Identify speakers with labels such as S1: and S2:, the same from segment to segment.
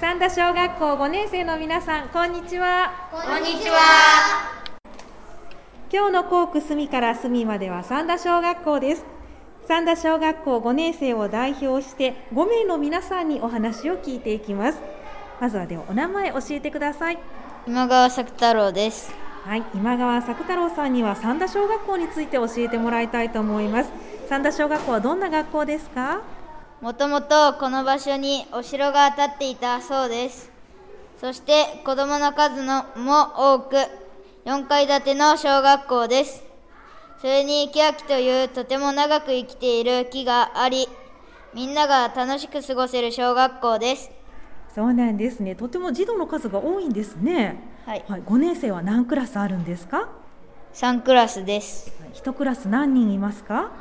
S1: 三田小学校5年生の皆さんこんにちは
S2: こんにちは。
S1: 今日の校区隅から隅までは三田小学校です三田小学校5年生を代表して5名の皆さんにお話を聞いていきますまずはではお名前教えてください
S2: 今川作太郎です。
S1: はい、今川作太郎さんには三田小学校について教えてもらいたいと思います三田小学校はどんな学校ですか
S2: もともとこの場所にお城が建っていたそうです。そして子供の数のも多く、4階建ての小学校です。それにキヤキというとても長く生きている木があり、みんなが楽しく過ごせる小学校です。
S1: そうなんですね、とても児童の数が多いんですね
S2: はい
S1: はい、5年生は何クラスあるんですか
S2: 3クラスです。
S1: 一クラス何人いますか、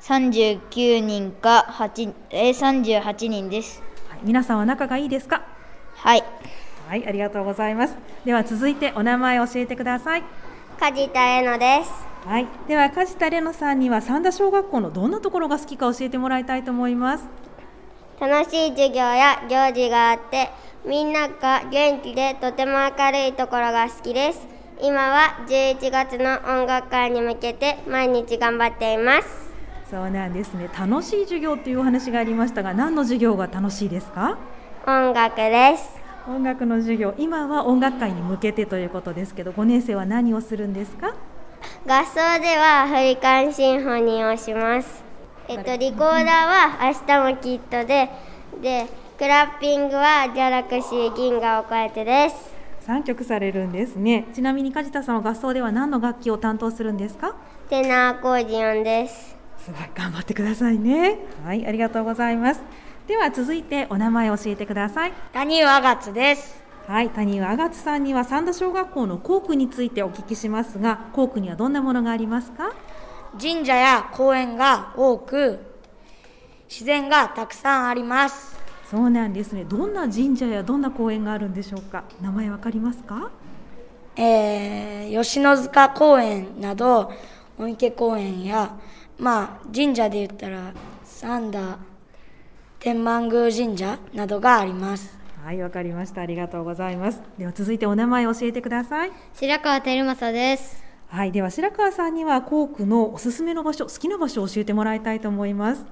S2: 39人か8、えー、38人です。
S1: はい、皆さんは仲がいいですか
S2: はい。
S1: はい、ありがとうございますでは続いてお名前を教えてください
S2: 梶田えのです。
S1: はい、では梶田玲乃さんには三田小学校のどんなところが好きか教えてもらいたいと思います
S3: 楽しい授業や行事があってみんなが元気でとても明るいところが好きです今は11月の音楽会に向けて毎日頑張っています
S1: そうなんですね楽しい授業というお話がありましたが何の授業が楽しいですか
S3: 音楽です
S1: 音楽の授業今は音楽会に向けてということですけど5年生は何をするんですか
S3: 合奏ではアフリカンシンフォニーをしますえっとリコーダーは明日もきっとででクラッピングはギャラクシー銀河を超えてです
S1: 3曲されるんですねちなみに梶田さんは合奏では何の楽器を担当するんですか
S3: テナーアコーディオンです
S1: すごい頑張ってくださいねはいありがとうございますでは続いてお名前を教えてください
S2: 谷和月です。
S1: はい谷上あつさんには三田小学校の校区についてお聞きしますが校区にはどんなものがありますか
S2: 神社や公園が多く自然がたくさんあります
S1: そうなんですねどんな神社やどんな公園があるんでしょうか名前わかりますか
S4: えー吉野塚公園など御池公園や、まあ、神社で言ったら三田天満宮神社などがあります
S1: はい、わかりました。ありがとうございます。では続いてお名前を教えてください。
S2: 白川照正です
S1: はい、では白川さんには校区のおすすめの場所、好きな場所を教えてもらいたいと思います。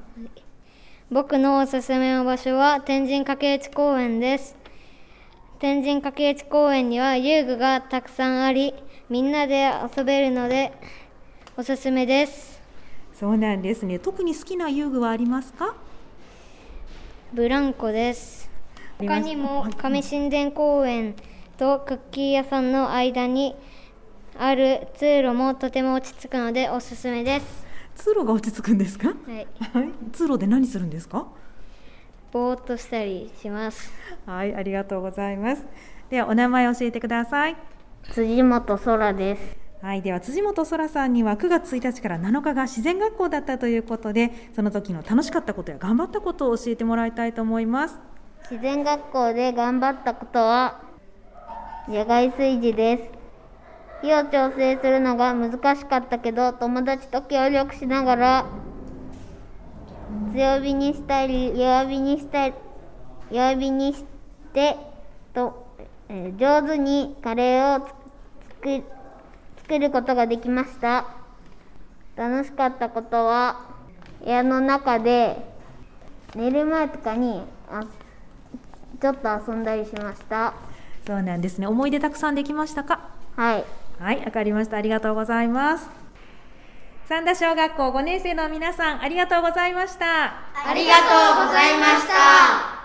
S2: 僕のおすすめの場所は天神掛市公園です天神掛市公園には遊具がたくさんありみんなで遊べるのでおすすめです
S1: そうなんですね。特に好きな遊具はありますか？
S2: ブランコです他にも上神殿公園とクッキー屋さんの間にある通路もとても落ち着くのでおすすめです
S1: 通路が落ち着くんですか？
S2: はい、
S1: はい、通路で何するんですか？
S2: ぼーっとしたりします。
S1: はい、ありがとうございます。ではお名前を教えてください。
S2: 辻本空です。
S1: はい、では辻本空さんには9月1日から7日が自然学校だったということで、その時の楽しかったことや頑張ったことを教えてもらいたいと思います。
S2: 自然学校で頑張ったことは、野外炊事です。火を調整するのが難しかったけど、友達と協力しながら、強火にしたり、弱火にしたり、弱火にして、とえー上手にカレーをつ作作ることができました。楽しかったことは部屋の中で寝る前とかにあちょっと遊んだりしました
S1: そうなんですね。思い出たくさんできましたか。
S2: はい
S1: はい、わかりました。ありがとうございます。三田小学校5年生の皆さん、ありがとうございました。
S2: ありがとうございました